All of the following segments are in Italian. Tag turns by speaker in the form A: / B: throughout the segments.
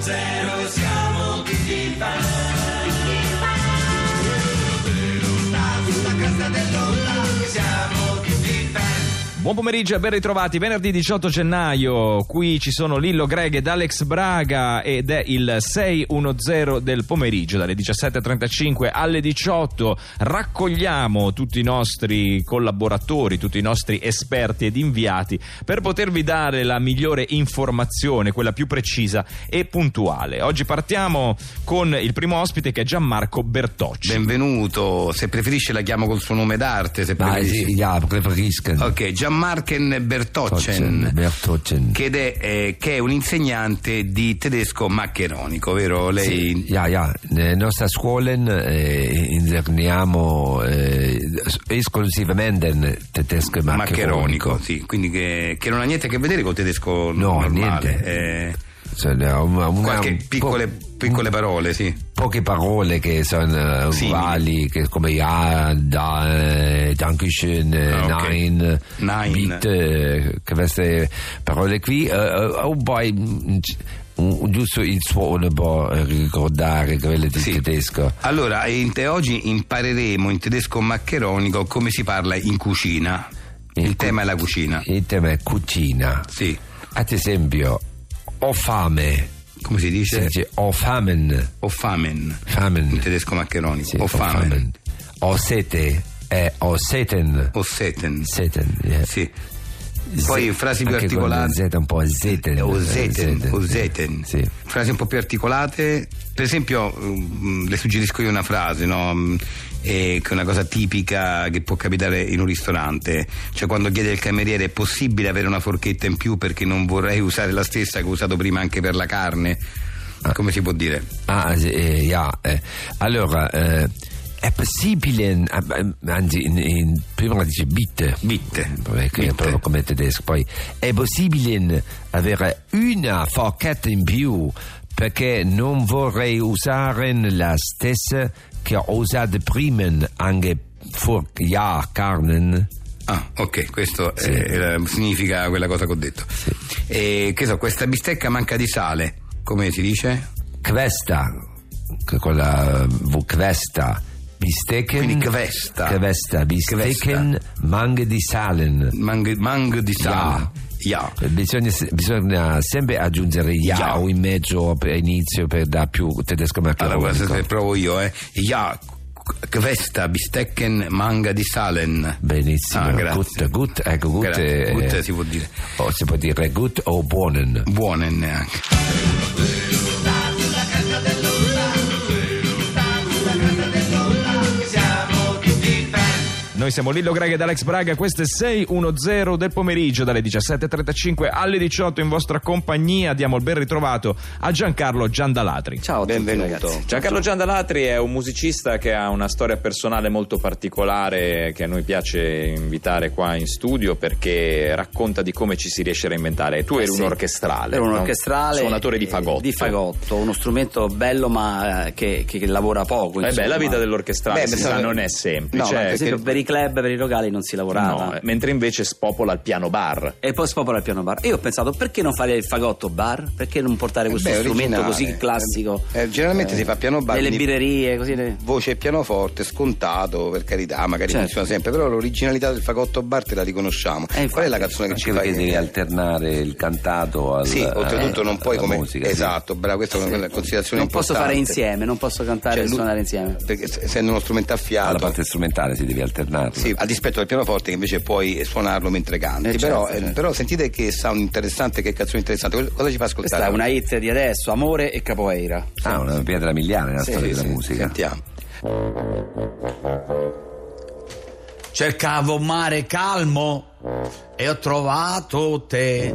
A: zero siamo tutti fan. Sulla cresta dell'onda siamo tutti fan.
B: Buon pomeriggio e ben ritrovati. Venerdì 18 gennaio, qui ci sono Lillo Greg ed Alex Braga ed è il 6.10 del pomeriggio, dalle 17.35 alle 18. Raccogliamo tutti i nostri collaboratori, tutti i nostri esperti ed inviati per potervi dare la migliore informazione, quella più precisa e puntuale. Oggi partiamo con il primo ospite che è Gianmarco Bertocci.
C: Benvenuto, se preferisce la chiamo col suo nome d'arte, se
D: Nein,
C: preferisce.
D: ich, ja, Preferisken.
C: Ok, Gianmarken Bertoccen,
D: Toccen, Bertoccen.
C: che è, eh, che è un insegnante di tedesco maccheronico, vero? Lei
D: Ja, ja, nelle nostre scuole eh, insegniamo eh, esclusivamente in tedesco e
C: maccheronico,
D: maccheronico.
C: sì, quindi che, che non ha niente a che vedere col tedesco
D: No,
C: normale.
D: niente.
C: eh,
D: Cioè, no, una- una-
C: qualche
D: po-
C: piccole, piccole parole, sì.
D: poche parole che sono eh,
C: Simili.
D: uguali, che come ja, da, eh, Dankeschön, eh,
C: Ah, ok.
D: nein,
C: Nein.
D: bitte, eh, queste parole qui, eh, eh, o poi mm, c- un- giusto il suono può eh, ricordare quelle di
C: Sì.
D: tedesco.
C: Allora, in te- oggi impareremo in tedesco maccheronico come si parla in cucina.
D: In
C: Il
D: cu-
C: tema è la cucina.
D: Il tema è cucina.
C: Sì.
D: Ad esempio, ho fame,
C: Come si
D: si
C: dice?
D: dice ho famen,
C: O famen. In
D: famen,
C: tedesco maccheronico.
D: Sì,
C: o famen.
D: ho sete, è ho seten,
C: O seten.
D: seten, yeah.
C: Sì. Poi
D: Ze-
C: frasi più
D: anche con
C: articolate. Eh,
D: Z un po' zeten. eh,
C: O zeten,
D: Zeten,
C: o
D: sì.
C: zeten.
D: Sì.
C: Frasi un po' più articolate. Per esempio, mm, le suggerisco io una frase, no? Mm, eh, che è una cosa tipica che può capitare in un ristorante. Cioè, quando chiede il cameriere, è possibile avere una forchetta in più perché non vorrei usare la stessa che ho usato prima anche per la carne? Come si può dire?
D: Ah, sì, eh, ja, eh. Allora, eh, è possibile, ah, beh, anzi, in, in, prima dice bitte.
C: Bitte.
D: Vabbè, che è
C: Bitte.
D: proprio come tedesco. Poi, è possibile avere una forchetta in più perché non vorrei usare la stessa che ho usato prima anche for, ja, carnen.
C: Ah, ok, questo eh, era- significa quella cosa che ho detto. E, che so, questa bistecca manca di sale, come si dice?
D: Questa, che con la V questa, bistecken.
C: Quindi questa.
D: Questa, bistecken, manghe di salen.
C: Mang, mang di sale. Ja.
D: Bisogna, bisogna sempre aggiungere ja,
C: Ja.
D: o in mezzo per inizio per dare più tedesco
C: Allora, guarda, se
D: maccheronico.
C: provo io, eh. Ja, questa bistecken manga di salen.
D: Benissimo,
C: Ah, grazie.
D: gut, gut, ecco, gut,
C: Grazie.
D: eh,
C: Gut si può dire.
D: o si può dire gut o buonen.
C: Buonen anche.
B: Noi siamo Lillo Greg ed Alex Braga, questo è 610 del pomeriggio dalle 17.35 alle 18 in vostra compagnia. Diamo il ben ritrovato a Giancarlo Giandalatri.
E: Ciao, a tutti,
F: Benvenuto.
E: ragazzi.
F: Giancarlo Giandalatri è un musicista che ha una storia personale molto particolare che a noi piace invitare qua in studio perché racconta di come ci si riesce a reinventare. Tu eri
E: Eh Sì.
F: un orchestrale.
E: Era un
F: no?
E: orchestrale. eh,
F: Suonatore di fagotto.
E: Di fagotto, uno strumento bello ma eh, che, che- che lavora poco.
F: Eh beh,
E: insomma.
F: la vita dell'orchestrale
C: Beh,
F: si
C: pensavo-
F: sa, non è
C: No, ma
F: semplice. cioè, eh,
E: Per
C: perché-
E: esempio, per i club, per i locali non si lavorava.
F: No, eh, mentre invece spopola al piano bar.
E: E poi spopola il piano bar. E io ho pensato, perché non fare il fagotto bar? Perché non
F: Eh
E: portare questo
C: Beh,
E: strumento
C: originale.
E: così classico?
C: Eh, generalmente si fa piano bar,
E: Nelle
C: quindi-
E: birrerie, così. ne-
C: Voce e pianoforte, scontato, per carità, magari
E: Certo.
C: funziona sempre, però l'originalità del fagotto Bar te la riconosciamo.
E: Eh, infatti.
C: Qual è la canzone che
G: Anche
C: ci fai?
G: perché devi alternare il cantato al, eh,
C: Sì, oltretutto non puoi
G: alla
C: come
G: musica, sì.
C: esatto, bravo, questa è una considerazione
E: Non posso fare
C: importante.
E: insieme, non posso cantare
C: Cioè,
E: e
C: lui-
E: suonare insieme.
C: Perché s- essendo uno strumento a
G: alla
C: fiato,
G: parte strumentale si devi alternare
C: Sì, a dispetto del pianoforte che invece puoi suonarlo mentre canti.
E: Eh,
C: però,
E: certo,
C: eh,
E: certo.
C: però sentite che sound interessante, che canzone interessante. Cosa- Cosa ci fa ascoltare?
E: Questa è una hit di adesso, Amore e Capoeira.
G: ah una pietra miliare nella
C: Sì,
G: storia
C: sì,
G: della musica
C: Sentiamo.
H: Cercavo un mare calmo e ho trovato te.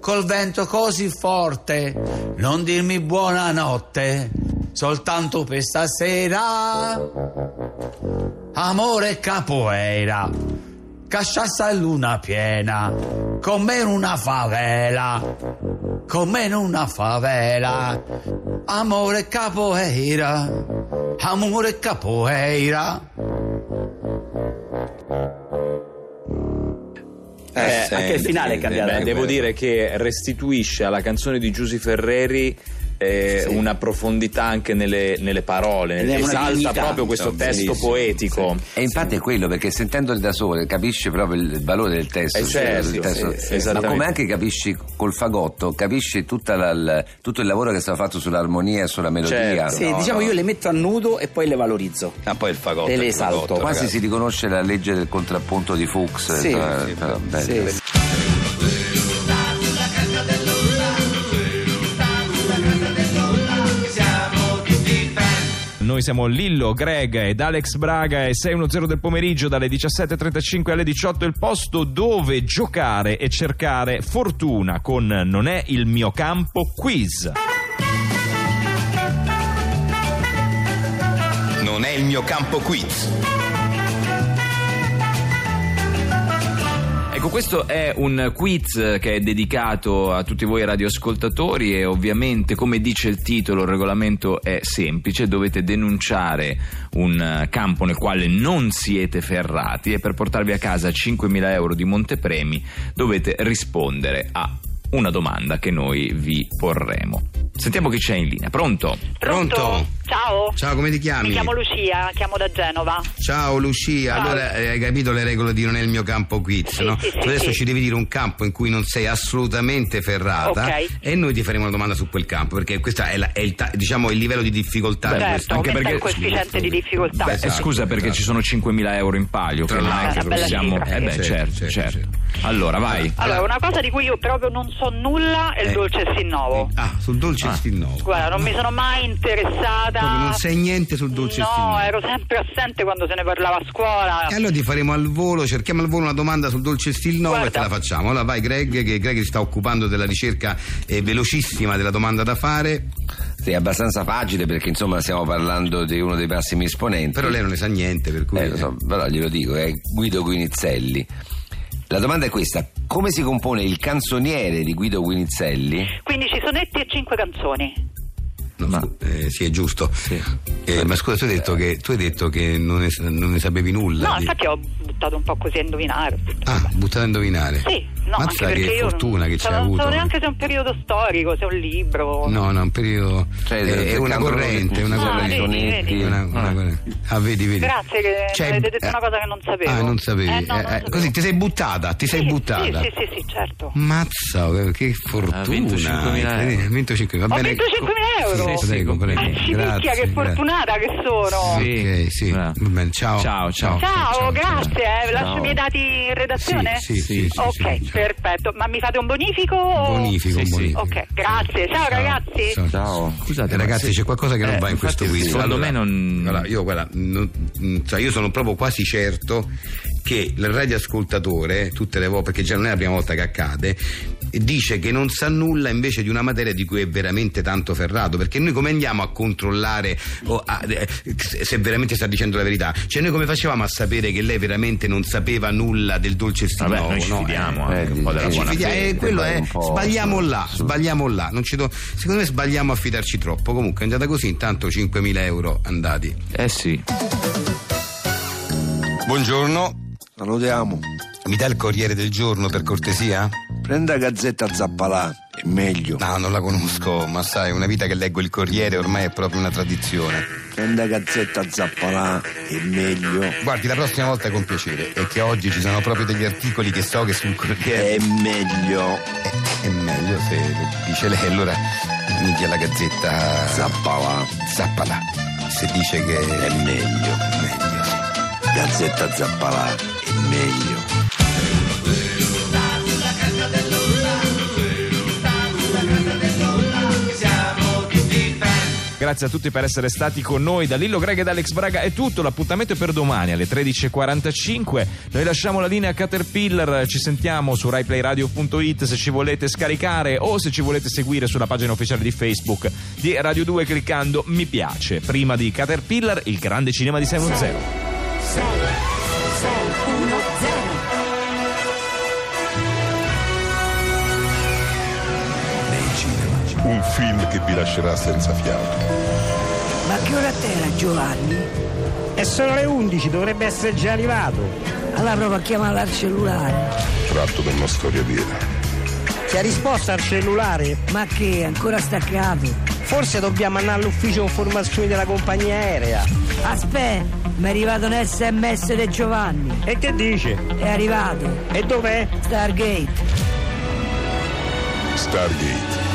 H: Col vento così forte, non dirmi buonanotte, soltanto per stasera. Amore capoeira, casciassa e luna piena, con me in una favela, con me in una favela. Amore capoeira, amore capoeira.
C: Eh,
F: Eh,
C: senti,
E: anche il finale è
C: eh,
E: cambiato.
F: Beh,
C: beh,
F: devo
C: beh.
F: dire che restituisce alla canzone di Giusy Ferreri eh, una profondità anche nelle, nelle parole,
E: Ed è una
F: esalta
E: dignità,
F: proprio questo
E: insomma,
F: testo
E: bellissimo,
F: poetico.
G: E infatti è quello, perché sentendoli da sole capisci proprio il valore del testo,
F: Eh,
G: cioè,
F: certo,
G: del testo.
F: sì, sì,
G: ma
F: esattamente.
G: come anche capisci col fagotto, capisci tutta la- la- tutto il lavoro che è stato fatto sull'armonia e sulla melodia.
D: Ah,
F: Certo.
E: Sì,
G: No,
E: diciamo
G: no.
E: io le metto a nudo e poi le valorizzo.
C: Ah, poi il fagotto.
E: E
C: il
E: le
C: fagotto,
E: salto.
G: Quasi
C: ragazzi.
G: si riconosce la legge del contrappunto di Fuchs.
D: Eh,
E: Sì,
G: cioè,
E: sì,
G: però, bello.
E: Sì, sì.
B: Noi siamo Lillo, Greg ed Alex Braga e 610 del pomeriggio dalle 17.35 alle 18 il posto dove giocare e cercare fortuna con Non è il mio campo quiz.
C: Non è il mio campo quiz.
I: Ecco, questo è un quiz che è dedicato a tutti voi radioascoltatori e ovviamente, come dice il titolo, il regolamento è semplice, dovete denunciare un eh, campo nel quale non siete ferrati e per portarvi a casa 5.000 euro di montepremi dovete rispondere a una domanda che noi vi porremo. Sentiamo chi c'è in linea, pronto?
C: Pronto?
J: Ciao.
C: Ciao, come ti chiami?
J: Mi chiamo Lucia, chiamo da Genova.
C: Ciao Lucia,
J: Ciao.
C: allora eh, hai capito le regole di non è il mio campo quiz,
J: Sì,
C: no?
J: sì, sì,
C: Tu adesso
J: sì.
C: ci devi dire un campo in cui non sei assolutamente ferrata
J: Ok.
C: e noi ti faremo una domanda su quel campo, perché questo è, la- è il, ta- diciamo, il livello di difficoltà di
J: certo,
C: questo.
J: aumenta
I: perché-
J: il coefficiente di difficoltà.
C: Beh,
I: Eh,
C: esatto,
I: scusa perché
C: esatto.
I: ci sono 5.000 euro in palio,
C: Tra
I: che non è
C: l'altro,
I: che
J: una bella
I: possiamo...
J: cifra.
I: Eh beh,
C: Certo,
I: certo,
C: certo,
I: certo.
C: certo.
I: Allora, vai.
J: Allora, una cosa di cui io proprio non so nulla è il
C: Eh.
J: dolce sinnovo.
C: Ah, sul dolce stinnovo.
J: Guarda, non mi sono mai interessata.
C: Proprio non sai niente sul dolce
J: No,
C: stinnovo.
J: ero sempre assente quando se ne parlava a scuola.
C: E allora ti faremo al volo, cerchiamo al volo una domanda sul dolce stil 9 e te
J: Guarda.
C: la facciamo. Allora vai Greg, che Greg si sta occupando della ricerca eh, velocissima della domanda da fare,
G: Sì, è abbastanza facile perché insomma stiamo parlando di uno dei massimi esponenti.
C: però lei non ne sa niente, per cui...
G: Eh, lo so, però glielo dico, è Guido Guinizelli. La domanda è questa: come si compone il canzoniere di Guido Guinizelli?
J: 15 sonetti e 5 canzoni.
C: No, scu- eh, sì, è giusto. Eh, ma scusa, tu hai detto che, tu hai detto che non, ne, non ne sapevi nulla.
J: No,
C: di-
J: infatti ho buttato un po' così a indovinare.
C: Ah, buttare a indovinare.
J: Sì, no,
C: Mazza
J: anche perché
C: che
J: io
C: fortuna che ci
J: so-
C: hai
J: non
C: avuto. eh.
J: so neanche se è un periodo storico, se è un libro.
C: No, no, un periodo.
G: Cioè,
C: è- è
G: del
C: una
G: canto-
C: corrente, una
J: Ah,
C: corrente.
J: vedi,
G: Sonetti,
J: vedi.
C: Una- una corrente. Ah, vedi, vedi.
J: Grazie che mi
C: Cioè,
J: avete detto
C: eh,
J: una cosa che non sapevo.
C: Ah, non sapevi.
J: Eh, no, non
C: Eh, eh,
J: sapevo.
C: Così ti sei buttata, ti sei
J: Sì,
C: buttata.
J: Sì, sì, sì, sì, certo.
C: Mazza, che- che fortuna!
I: vinto 5.000 euro.
C: Ha vinto 5.000 va
J: Ho
C: bene.
J: vinto 5.000 euro.
C: Sì, prego, prego.
J: Accidicchia,
C: Grazie,
J: che fortunata che sono.
I: Sì.
C: Ok, sì. Va
I: Bravo.
C: bene, ciao.
I: Ciao, ciao.
J: Ciao, grazie. eh. Lascio
I: Ciao.
J: i miei dati in redazione?
C: Sì, sì, sì, sì,
J: ok,
C: sì, sì.
J: perfetto. Ma mi fate un bonifico? o-
C: Bonifico,
I: Sì, sì.
C: bonifico.
J: Oh! Ok, grazie. Ciao, ragazzi.
C: Ciao.
G: Ciao.
I: Scusate,
C: Eh,
I: ma
C: ragazzi,
I: se-
C: c'è qualcosa che non
I: Eh,
C: va in questo
I: infatti,
C: quiz.
I: Secondo
C: Allora,
I: me non.
C: Guarda, io, guarda, non- mh, cioè, io sono proprio quasi certo che il radioascoltatore, tutte le volte, perché già non è la prima volta che accade, dice che non sa nulla invece di una materia di cui è veramente tanto ferrato. Perché noi come andiamo a controllare o a- eh, se veramente sta dicendo la verità? Cioè, noi come facevamo a sapere che lei veramente non sapeva nulla del dolce stile?
F: Vabbè, noi ci fidiamo anche un po' della
G: eh,
C: Ci
F: buona
C: fidia-
F: fede.
C: eh, quello è,
G: un po'
C: sbagliamo
G: su-
C: là, sbagliamo là. Non ci do- secondo me sbagliamo a fidarci troppo. Comunque è andata così, intanto 5.000 euro andati.
I: Eh sì.
C: Buongiorno,
K: Salutiamo.
C: mi dà il Corriere del Giorno per cortesia?
K: Prenda Gazzetta Zappalà, è meglio.
C: No, non la conosco, ma sai, una vita che leggo il Corriere ormai è proprio una tradizione.
K: Prenda Gazzetta Zappalà, è meglio.
C: Guardi, la prossima volta con piacere, è che oggi ci sono proprio degli articoli che so che sul Corriere
K: È meglio.
C: Eh, è meglio se lo dice lei, allora mi dia la Gazzetta
K: Zappalà,
C: Zappala. Se dice che
K: è meglio.
C: meglio, sì.
K: Gazzetta Zappalà, è meglio.
B: Grazie a tutti per essere stati con noi. Da Lillo Greg ed Alex Braga è tutto. L'appuntamento è per domani alle 13.45. Noi lasciamo la linea a Caterpillar. Ci sentiamo su RaiPlayRadio.it se ci volete scaricare o se ci volete seguire sulla pagina ufficiale di Facebook di Radio 2 cliccando mi piace. Prima di Caterpillar, il grande cinema di 610.
K: Un film che vi lascerà senza fiato.
J: Ma che ora era, Giovanni?
A: È solo le 11, dovrebbe essere già arrivato.
J: Allora prova a chiamare al cellulare.
K: Tratto da una storia vera.
L: Ti ha risposto al cellulare?
A: Ma che, ancora staccato?
L: Forse dobbiamo andare all'ufficio informazioni della compagnia aerea.
A: Aspetta, mi è arrivato un sms di Giovanni.
L: E che dice?
A: È arrivato.
L: E dov'è?
A: Stargate.
M: Stargate,